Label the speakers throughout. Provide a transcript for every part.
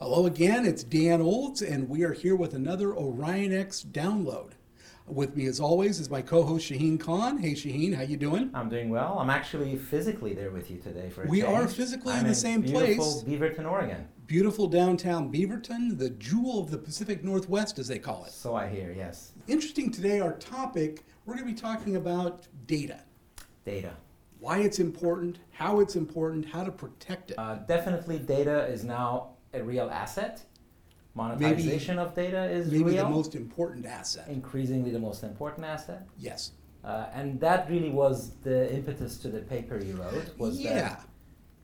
Speaker 1: Hello again, it's Dan Olds, and we are here with another Orion X download. With me, as always, is my co-host Shaheen Khan. Hey, Shaheen, how you doing?
Speaker 2: I'm doing well. I'm actually physically there with you today for a
Speaker 1: We are
Speaker 2: change.
Speaker 1: physically
Speaker 2: I'm
Speaker 1: in the same
Speaker 2: beautiful
Speaker 1: place.
Speaker 2: Beaverton, Oregon.
Speaker 1: Beautiful downtown Beaverton, the jewel of the Pacific Northwest, as they call it.
Speaker 2: So I hear, yes.
Speaker 1: Interesting today, our topic. We're going to be talking about data,
Speaker 2: Data.
Speaker 1: why it's important, how it's important, how to protect it.
Speaker 2: Uh, definitely, data is now a real asset. Monetization of data is
Speaker 1: Maybe
Speaker 2: real.
Speaker 1: the most important asset.
Speaker 2: increasingly, the most important asset.
Speaker 1: Yes.
Speaker 2: Uh, and that really was the impetus to the paper you wrote. Was
Speaker 1: yeah.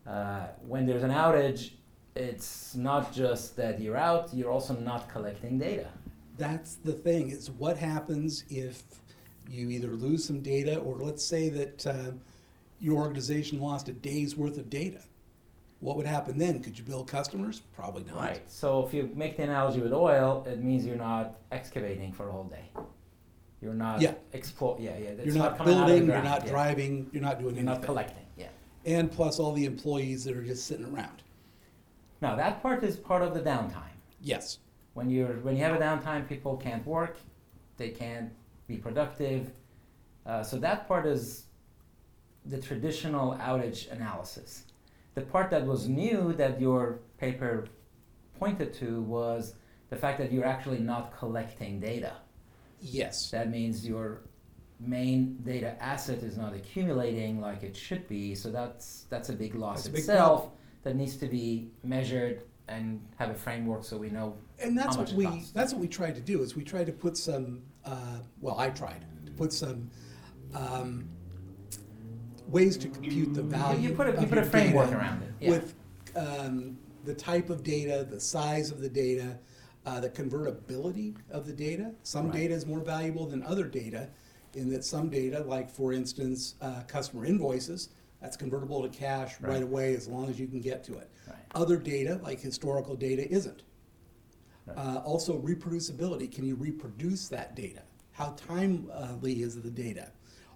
Speaker 2: that uh, when there's an outage, it's not just that you're out; you're also not collecting data.
Speaker 1: That's the thing is what happens if you either lose some data or let's say that uh, your organization lost a day's worth of data. What would happen then? Could you bill customers? Probably not.
Speaker 2: Right. So if you make the analogy with oil, it means you're not excavating for a whole day. You're not
Speaker 1: Yeah.
Speaker 2: explo- yeah, yeah. it's
Speaker 1: You're not,
Speaker 2: coming out of the
Speaker 1: building, you're
Speaker 2: ground,
Speaker 1: not
Speaker 2: yeah.
Speaker 1: driving, you're not doing
Speaker 2: You're not
Speaker 1: anything.
Speaker 2: collecting. Yeah.
Speaker 1: And plus all the employees that are just sitting around.
Speaker 2: Now that part is part of the downtime.
Speaker 1: Yes.
Speaker 2: When you're when you have a downtime, people can't work, they can't be productive. Uh, so that part is the traditional outage analysis. The part that was new that your paper pointed to was the fact that you're actually not collecting data.
Speaker 1: Yes.
Speaker 2: That means your main data asset is not accumulating like it should be. So that's that's a big loss
Speaker 1: That's a big
Speaker 2: itself that needs to be measured and have a framework so we know.
Speaker 1: And that's
Speaker 2: How
Speaker 1: what
Speaker 2: much it
Speaker 1: we
Speaker 2: costs.
Speaker 1: that's what we tried to do is we tried to put some uh, well I tried to put some um, ways to compute the
Speaker 2: You-
Speaker 1: value.
Speaker 2: you put a, you
Speaker 1: of
Speaker 2: put a
Speaker 1: your
Speaker 2: framework
Speaker 1: data
Speaker 2: around it. Yeah.
Speaker 1: with um, the type of data, the size of the data, uh, the convertibility of the data. Some
Speaker 2: Right.
Speaker 1: data is more valuable than other data, in that some data, like for instance, uh, customer invoices, that's convertible to cash right.
Speaker 2: Right.
Speaker 1: away as long as you can get to it.
Speaker 2: Right.
Speaker 1: Other data, like historical data, isn't.
Speaker 2: Right.
Speaker 1: Uh, also, reproducibility. Can you reproduce that data? How timely is the data?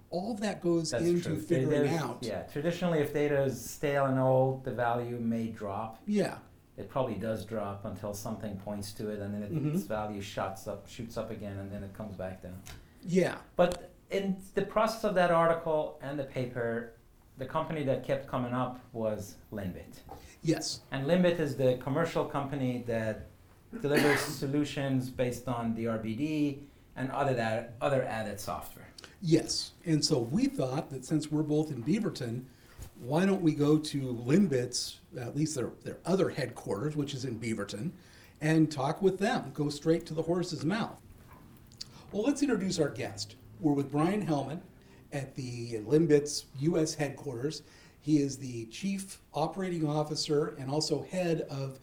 Speaker 1: All of that goes
Speaker 2: That's
Speaker 1: into
Speaker 2: true. There-
Speaker 1: figuring
Speaker 2: there's-
Speaker 1: out.
Speaker 2: Yeah, traditionally, if data is stale and old, the value may drop.
Speaker 1: yeah.
Speaker 2: It probably does drop until something points to it, and then it,
Speaker 1: Mhm.
Speaker 2: its value shots up, shoots up again, and then it comes back down.
Speaker 1: Yeah.
Speaker 2: But in the process of that article and the paper, the company that kept coming up was Limbit.
Speaker 1: Yes.
Speaker 2: And Limbit is the commercial company that delivers solutions based on the RBD and other that other added software.
Speaker 1: Yes. And so we thought that since we're both in Beaverton, why don't we go to Limbit's, at least their, their other headquarters, which is in Beaverton, and talk with them, go straight to the horse's mouth. Well, let's introduce our guest. We're with Brian Hellman at the Limbit's U.S. headquarters. He is the Chief Operating Officer and also Head of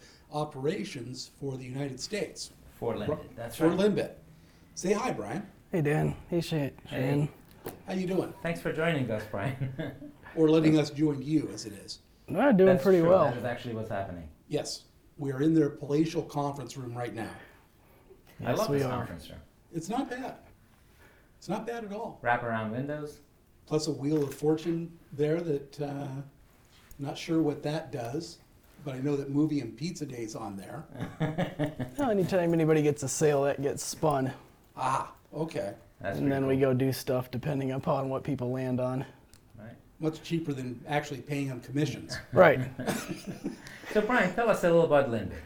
Speaker 1: Operations for the United States
Speaker 2: For Limbit, that's
Speaker 1: for
Speaker 2: right.
Speaker 1: Limbit. Say hi, Brian.
Speaker 3: Hey Dan, hey Shane.
Speaker 2: Hey.
Speaker 1: How you doing?
Speaker 2: Thanks for joining us, Brian.
Speaker 1: or letting us join you as it is.
Speaker 3: No, doing
Speaker 2: That's
Speaker 3: pretty
Speaker 2: true.
Speaker 3: well.
Speaker 2: That is actually what's happening.
Speaker 1: Yes, we are in their palatial conference room right now.
Speaker 2: I
Speaker 3: Yes,
Speaker 2: love
Speaker 3: we
Speaker 2: this
Speaker 3: are.
Speaker 2: conference room.
Speaker 1: It's not bad. It's not bad at all.
Speaker 2: Wrap around windows.
Speaker 1: Plus a wheel of fortune there that uh, not sure what that does, but I know that movie and pizza days on there.
Speaker 3: No, anytime anybody gets a sale, that gets spun,
Speaker 1: Ah, okay.
Speaker 2: That's
Speaker 3: and
Speaker 2: pretty
Speaker 3: then we
Speaker 2: cool,
Speaker 3: go do stuff depending upon what people land on.
Speaker 2: Right.
Speaker 1: Much cheaper than actually paying them commissions.
Speaker 3: Right.
Speaker 2: So Brian, tell us a little about Limbit.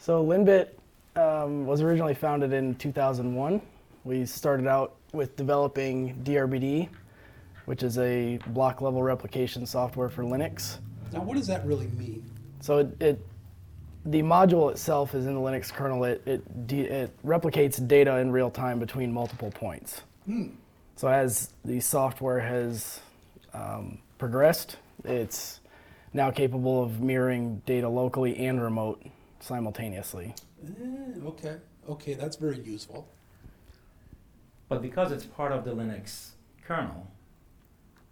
Speaker 3: so Linbit um, was originally founded in 2001. We started out with developing DRBD, which is a block level replication software for Linux.
Speaker 1: Now, what does that really mean?
Speaker 3: So it, it the module itself is in the Linux kernel. It it, de- it replicates data in real time between multiple points. So as the software has um, progressed, it's now capable of mirroring data locally and remote simultaneously.
Speaker 1: Eh, okay, okay, that's very useful.
Speaker 2: But because it's part of the Linux kernel,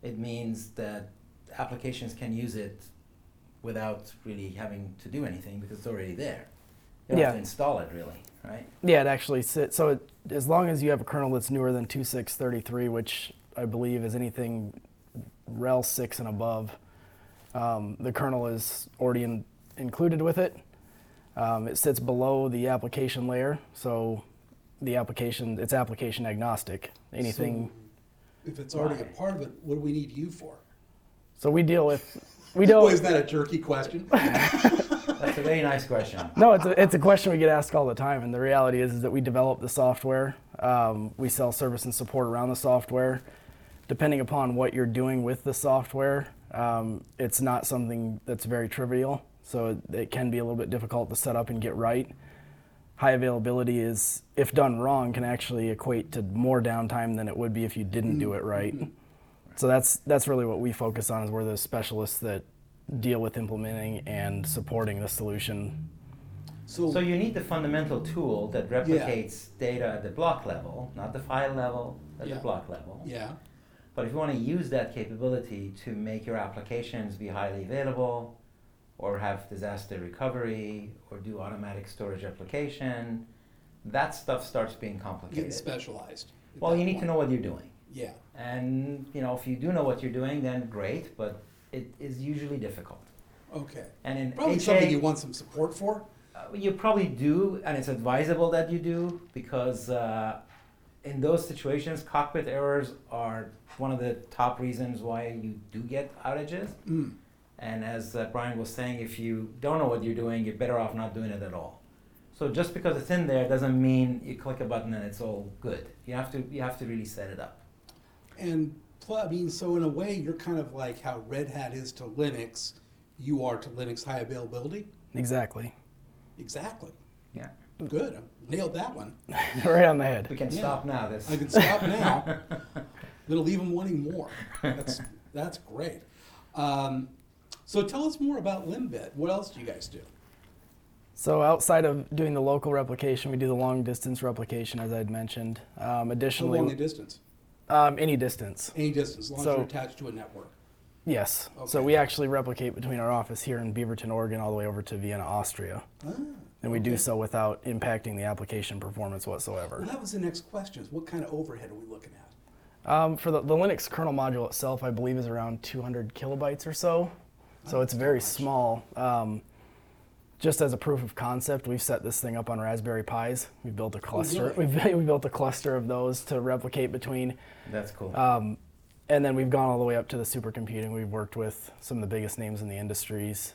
Speaker 2: it means that applications can use it without really having to do anything because it's already there. You don't have to
Speaker 3: Yeah.
Speaker 2: install it really, right?
Speaker 3: Yeah, it actually sits. So it, as long as you have a kernel that's newer than 2.6.33, which I believe is anything RHEL 6 and above, um, the kernel is already in, included with it. Um, it sits below the application layer, so the application it's application agnostic. Anything.
Speaker 1: So if it's already a part of it, what do we need you for?
Speaker 3: So, we deal with we don't.
Speaker 1: Boy, is that a jerky question?
Speaker 2: That's a very nice question.
Speaker 3: No, it's a, it's a question we get asked all the time, and the reality is, is that we develop the software. Um, we sell service and support around the software. Depending upon what you're doing with the software, um, it's not something that's very trivial, so it, it can be a little bit difficult to set up and get right. High availability is, if done wrong, can actually equate to more downtime than it would be if you didn't do it right. So that's that's really what we focus on is we're those specialists that deal with implementing and supporting the solution.
Speaker 1: So,
Speaker 2: So you need the fundamental tool that replicates data at the block level, not the file level, at
Speaker 1: Yeah.
Speaker 2: the block level.
Speaker 1: yeah.
Speaker 2: But if you want to use that capability to make your applications be highly available, or have disaster recovery, or do automatic storage replication, that stuff starts being
Speaker 1: Getting
Speaker 2: complicated.
Speaker 1: specialized. at
Speaker 2: well,
Speaker 1: that
Speaker 2: you need to
Speaker 1: point.
Speaker 2: know what you're doing,
Speaker 1: Yeah.
Speaker 2: and you know if you do know what you're doing, then great. But it is usually difficult.
Speaker 1: Okay.
Speaker 2: And in
Speaker 1: Probably
Speaker 2: HA,
Speaker 1: something you want some support for.
Speaker 2: Uh, you probably do, and it's advisable that you do because uh, in those situations, cockpit errors are one of the top reasons why you do get outages.
Speaker 1: Mm.
Speaker 2: And as uh, Brian was saying, if you don't know what you're doing, you're better off not doing it at all. So just because it's in there doesn't mean you click a button and it's all good. You have to you have to really set it up.
Speaker 1: And plus, I mean, so in a way, you're kind of like how Red Hat is to Linux, you are to Linux high availability.
Speaker 3: Exactly.
Speaker 1: Exactly.
Speaker 2: Yeah.
Speaker 1: Good. Nailed that one.
Speaker 3: right on the
Speaker 2: We
Speaker 3: head.
Speaker 2: can
Speaker 1: Yeah.
Speaker 2: stop now. This
Speaker 1: I can stop now. Gonna leave them wanting more. That's that's great. Um, so tell us more about Limbit. What else do you guys do?
Speaker 3: So outside of doing the local replication, we do the long distance replication, as I'd mentioned. Um,
Speaker 1: How long a
Speaker 3: additionally,
Speaker 1: distance?
Speaker 3: um, any distance.
Speaker 1: Any distance, as long as
Speaker 3: So-
Speaker 1: you're attached to a network.
Speaker 3: Yes. So
Speaker 1: Okay.
Speaker 3: we actually replicate between our office here in Beaverton, Oregon, all the way over to Vienna, Austria,
Speaker 1: Ah,
Speaker 3: and we do
Speaker 1: okay.
Speaker 3: so without impacting the application performance
Speaker 1: Well,
Speaker 3: whatsoever.
Speaker 1: that was the next question. Is what kind of overhead are we looking at?
Speaker 3: Um, for the, the Linux kernel module itself, I believe is around 200 kilobytes or so. So it's very small. Um, just as a proof of concept, we've set this thing up on Raspberry Pis. We built a cluster.
Speaker 1: really?
Speaker 3: We've we built a cluster of those to replicate between,
Speaker 2: That's cool.
Speaker 3: um, and then we've gone all the way up to the supercomputing. We've worked with some of the biggest names in the industries,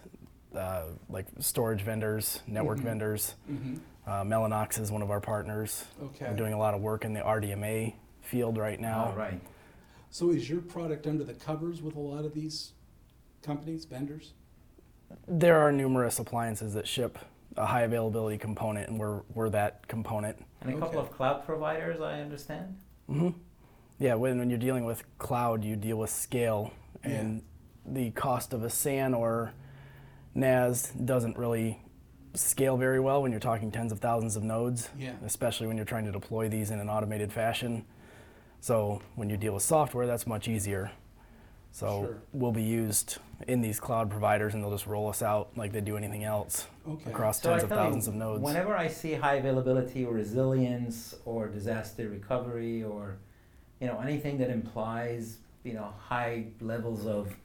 Speaker 3: uh, like storage vendors, network vendors. Uh, Mellanox is one of our partners.
Speaker 1: Okay.
Speaker 3: We're doing a lot of work in the RDMA field right now.
Speaker 2: all right.
Speaker 1: So is your product under the covers with a lot of these companies, vendors?
Speaker 3: There are numerous appliances that ship a high availability component, and we're, we're that component.
Speaker 2: And a couple
Speaker 1: Okay.
Speaker 2: of cloud providers, I understand.
Speaker 3: Yeah, when, when you're dealing with cloud, you deal with scale, and the cost of a SAN or NAS doesn't really scale very well when you're talking tens of thousands of nodes,
Speaker 1: Yeah.
Speaker 3: especially when you're trying to deploy these in an automated fashion. So when you deal with software, that's much easier. So
Speaker 1: Sure.
Speaker 3: we'll be used in these cloud providers, and they'll just roll us out like they do anything else
Speaker 1: Okay.
Speaker 3: across
Speaker 2: So I
Speaker 3: tens of
Speaker 2: tell you,
Speaker 3: thousands of nodes.
Speaker 2: Whenever I see high availability or resilience or disaster recovery or you know anything that implies you know high levels of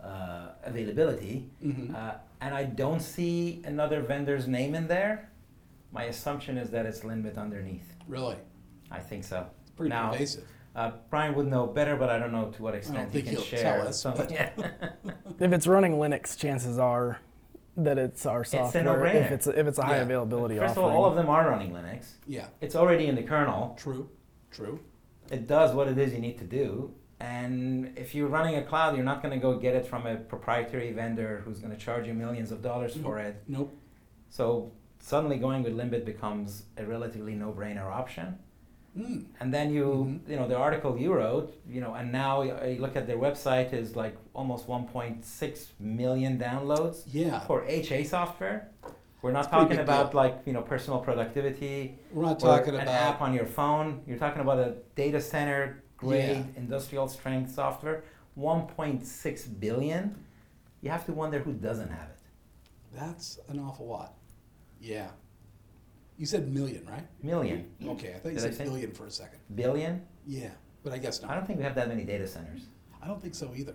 Speaker 2: uh, availability,
Speaker 1: Mhm.
Speaker 2: uh, and I don't see another vendor's name in there, my assumption is that it's Linbit underneath.
Speaker 1: Really?
Speaker 2: I think so.
Speaker 1: It's pretty
Speaker 2: Now-
Speaker 1: pervasive.
Speaker 2: Uh, Brian would know better, but I don't know to what extent
Speaker 1: think
Speaker 2: he can
Speaker 1: he'll
Speaker 2: share.
Speaker 1: tell us,
Speaker 2: some-
Speaker 1: but-
Speaker 2: Yeah.
Speaker 3: If it's running Linux, chances are that it's our
Speaker 2: a
Speaker 3: software. if
Speaker 2: no-brainer.
Speaker 3: it's if it's a high
Speaker 1: Yeah.
Speaker 3: availability
Speaker 2: First of
Speaker 3: offering.
Speaker 2: all, all of them are running Linux.
Speaker 1: Yeah.
Speaker 2: It's already in the kernel.
Speaker 1: True. True.
Speaker 2: it does what it is you need to do. And if you're running a cloud, you're not going to go get it from a proprietary vendor who's going to charge you millions of dollars for it.
Speaker 1: Nope.
Speaker 2: So suddenly going with Limbit becomes a relatively no-brainer option.
Speaker 1: Mm.
Speaker 2: And then you,
Speaker 1: Mhm.
Speaker 2: you know, the article you wrote, you know, and now I look at their website is like almost 1.6 million downloads
Speaker 1: Yeah.
Speaker 2: for HA software. We're not
Speaker 1: It's a pretty
Speaker 2: talking
Speaker 1: big
Speaker 2: about like, you know, personal productivity
Speaker 1: We're not
Speaker 2: or
Speaker 1: talking
Speaker 2: an
Speaker 1: about
Speaker 2: app on your phone. You're talking about a data center grade
Speaker 1: Yeah.
Speaker 2: industrial strength software. 1.6 billion. You have to wonder who doesn't have it.
Speaker 1: that's an awful lot. Yeah. You said million, right?
Speaker 2: Million,
Speaker 1: Okay, I thought you
Speaker 2: Did I
Speaker 1: said
Speaker 2: say-
Speaker 1: billion for a second.
Speaker 2: billion.
Speaker 1: Yeah, but I guess
Speaker 2: I
Speaker 1: not.
Speaker 2: don't think we have that many data centers.
Speaker 1: I don't think so either.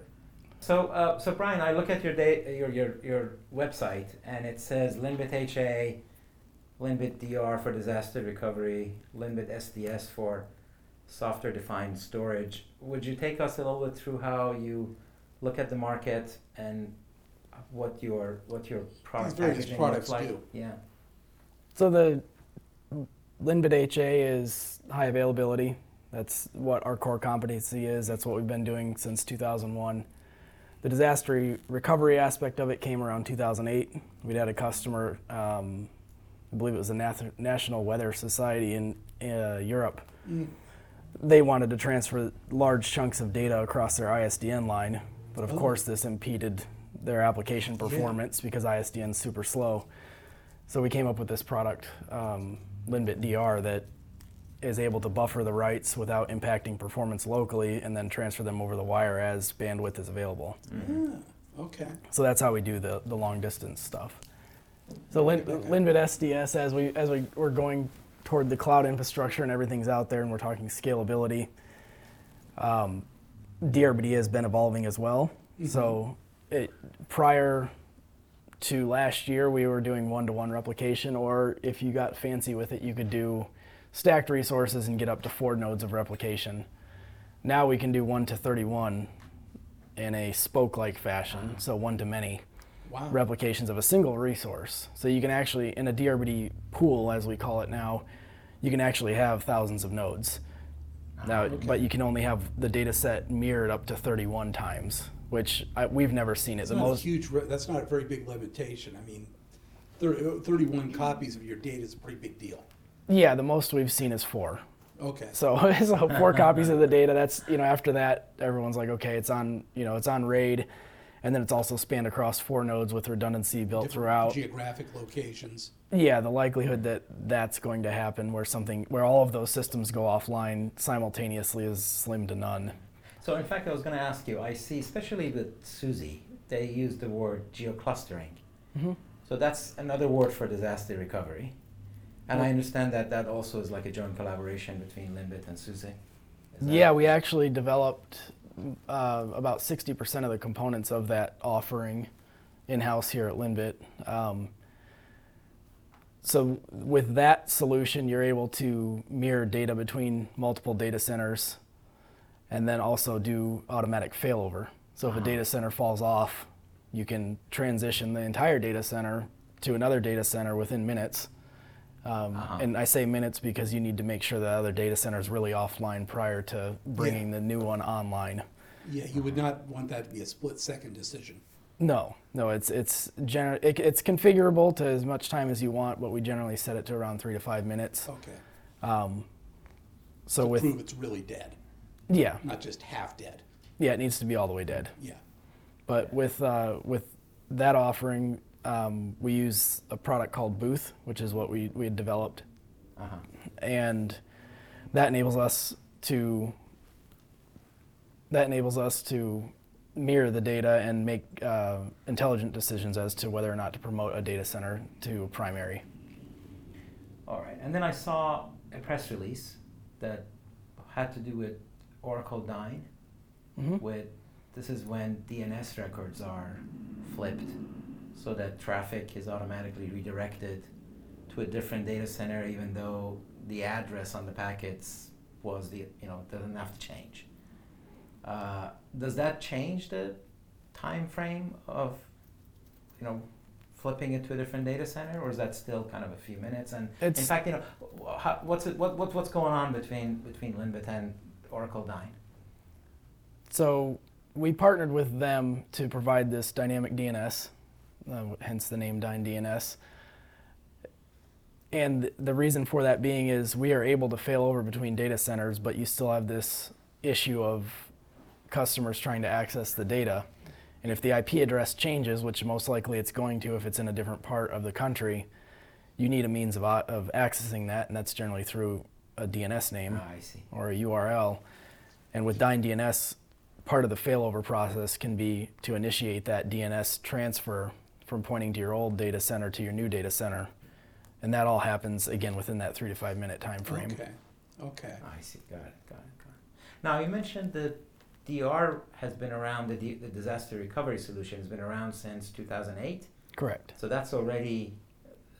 Speaker 2: So, uh, so Brian, I look at your, da- your your your website and it says Limbit HA Linbit DR for disaster recovery, Linbit SDS for software defined storage. Would you take us a little bit through how you look at the market and what your what your product
Speaker 1: These various
Speaker 2: packaging
Speaker 1: products
Speaker 2: looks like?
Speaker 1: do.
Speaker 2: Yeah.
Speaker 3: So the Linbit HA is high availability. That's what our core competency is. That's what we've been doing since 2001. The disaster re- recovery aspect of it came around 2008. We'd had a customer, um, I believe it was the Nath- National Weather Society in uh, Europe.
Speaker 1: Hmm.
Speaker 3: They wanted to transfer large chunks of data across their ISDN line, but of
Speaker 1: Oh.
Speaker 3: course this impeded their application performance because ISDN's super slow. So we came up with this product, um, Linbit DR, that is able to buffer the writes without impacting performance locally and then transfer them over the wire as bandwidth is available.
Speaker 2: Mm-hmm.
Speaker 1: Ah, okay.
Speaker 3: So that's how we do the, the long distance stuff. So Lin, Linbit SDS, as we as we we're going toward the cloud infrastructure and everything's out there, and we're talking scalability. Um, DRBD has been evolving as well. So it, prior to last year, we were doing one-to-one replication, or if you got fancy with it, you could do stacked resources and get up to four nodes of replication. Now we can do one to thirty-one in a spoke-like
Speaker 1: Ah.
Speaker 3: fashion, so one to many
Speaker 1: Wow.
Speaker 3: replications of a single resource. So you can actually, in a DRBD pool, as we call it now, you can actually have thousands of nodes.
Speaker 1: Ah,
Speaker 3: Now, but you can only have the data set mirrored up to 31 times, which I, we've never seen it.
Speaker 1: It's
Speaker 3: the
Speaker 1: not a
Speaker 3: most
Speaker 1: huge, re- that's not a very big limitation. I mean, thir- 31 copies of your data is a pretty big deal.
Speaker 3: Yeah, the most we've seen is four.
Speaker 1: Okay.
Speaker 3: So, so four copies of the data. That's you know after that everyone's like okay it's on you know it's on RAID, and then it's also spanned across four nodes with redundancy built
Speaker 1: Different
Speaker 3: throughout.
Speaker 1: Geographic locations.
Speaker 3: yeah, the likelihood that that's going to happen where something where all of those systems go offline simultaneously is slim to none.
Speaker 2: So in fact, I was going to ask you. I see, especially with Suzy, they use the word geoclustering. So that's another word for disaster recovery, and I understand that that also is like a joint collaboration between Limbit and Suzy. Is that-
Speaker 3: Yeah, we actually developed uh, about 60% of the components of that offering in house here at Linbit. Um, so, with that solution, you're able to mirror data between multiple data centers and then also do automatic failover. So, if a data center falls off, you can transition the entire data center to another data center within minutes. Um,
Speaker 2: Uh-huh.
Speaker 3: And I say minutes because you need to make sure the other data center is really offline prior to bringing the new one online.
Speaker 1: Yeah, you would not want that to be a split second decision.
Speaker 3: No, no, it's it's gener- it, it's configurable to as much time as you want, but we generally set it to around three to five minutes.
Speaker 1: Okay.
Speaker 3: So with
Speaker 1: Prove it's really dead,
Speaker 3: yeah,
Speaker 1: not just half dead.
Speaker 3: yeah, it needs to be all the way dead.
Speaker 1: Yeah.
Speaker 3: But with uh, with that offering, um, we use a product called Booth, which is what we we had developed,
Speaker 2: Uh-huh.
Speaker 3: and that enables us to that enables us to mirror the data and make uh, intelligent decisions as to whether or not to promote a data center to primary.
Speaker 2: All right. And then I saw a press release that had to do with Oracle Dyn.
Speaker 3: Mhm.
Speaker 2: With this is when DNS records are flipped, so that traffic is automatically redirected to a different data center, even though the address on the packets was the you know doesn't have to change. Uh, does that change the time frame of you know flipping it to a different data center, or is that still kind of a few minutes? And in
Speaker 3: It's-
Speaker 2: fact, you know, wh- how, what's it, what, what what's going on between between Linbit and Oracle Dyn?
Speaker 3: So we partnered with them to provide this dynamic DNS, uh, hence the name Dyne DNS. And the reason for that being is we are able to fail over between data centers, but you still have this issue of customers trying to access the data. And if the IP address changes, which most likely it's going to if it's in a different part of the country, you need a means of, uh, of accessing that, and that's generally through a DNS name
Speaker 2: Ah, I see.
Speaker 3: or a URL. And with Dyn DNS, part of the failover process can be to initiate that DNS transfer from pointing to your old data center to your new data center. And that all happens again within that three to five minute time frame.
Speaker 1: Okay. Okay.
Speaker 2: I see. Got it. Got it. Got it. Now you mentioned that DR has been around. The, D- the disaster recovery solution has been around since 2008.
Speaker 3: Correct.
Speaker 2: So that's already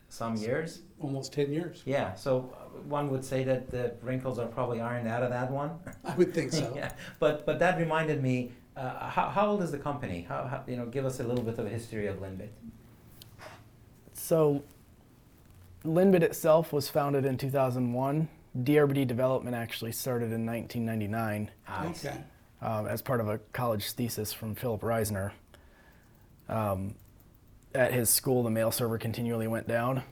Speaker 2: some years.
Speaker 1: almost 10 years.
Speaker 2: Yeah, so uh, one would say that the wrinkles are probably ironed out of that one.
Speaker 1: I would think so.
Speaker 2: yeah, but but that reminded me. Uh, how, how old is the company? How, how you know? Give us a little bit of a history of Linbit.
Speaker 3: So, Linbit itself was founded in 2001. DRBD development actually started in 1999
Speaker 2: Ah, I see.
Speaker 1: Okay.
Speaker 3: um, as part of a college thesis from Philip Reisner. Um, at his school, the mail server continually went down,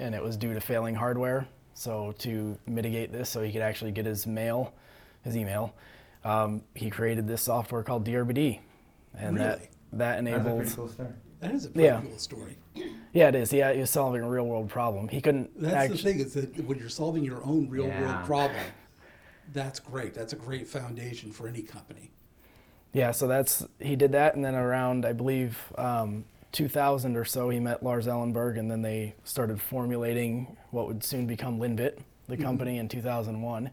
Speaker 3: and it was due to failing hardware. So, to mitigate this, so he could actually get his mail, his email, um, he created this software called DRBD, and that
Speaker 1: Really?
Speaker 3: that
Speaker 2: That's a
Speaker 3: enabled.
Speaker 2: pretty cool story.
Speaker 1: That is a pretty
Speaker 3: Yeah.
Speaker 1: cool story.
Speaker 3: Yeah, it is. Yeah, he was solving a real world problem. He couldn't.
Speaker 1: That's
Speaker 3: act-
Speaker 1: the thing is that when you're solving your own real
Speaker 2: Yeah.
Speaker 1: world problem, that's great. That's a great foundation for any company.
Speaker 3: Yeah, so that's he did that, and then around I believe um, 2000 or so, he met Lars Ellenberg, and then they started formulating what would soon become Linbit, the company, in 2001.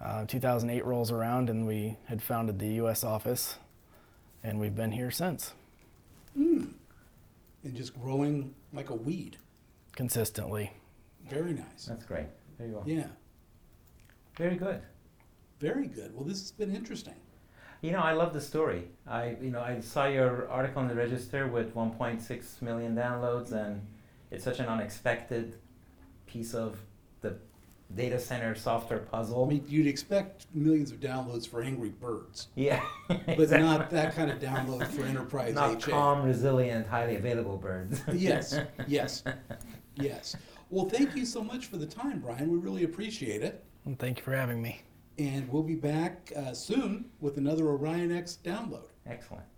Speaker 3: Uh, 2008 rolls around, and we had founded the U.S. office, and we've been here since,
Speaker 1: And just growing like a weed.
Speaker 3: consistently.
Speaker 1: Very nice.
Speaker 2: That's great. There you are.
Speaker 1: Yeah.
Speaker 2: Very good.
Speaker 1: Very good. Well, this has been interesting.
Speaker 2: You know, I love the story. I, you know, I saw your article in the Register with 1.6 million downloads, and it's such an unexpected piece of the data center software
Speaker 1: I
Speaker 2: puzzle.
Speaker 1: mean, you'd expect millions of downloads for Angry Birds,
Speaker 2: yeah,
Speaker 1: but
Speaker 2: exactly.
Speaker 1: not that kind of download for Enterprise
Speaker 2: not
Speaker 1: HA.
Speaker 2: calm, resilient, highly available birds.
Speaker 1: Yes, yes, yes. Well, thank you so much for the time, Brian. We really appreciate it.
Speaker 3: And thank you for having me.
Speaker 1: And we'll be back uh, soon with another Orion X download.
Speaker 2: Excellent.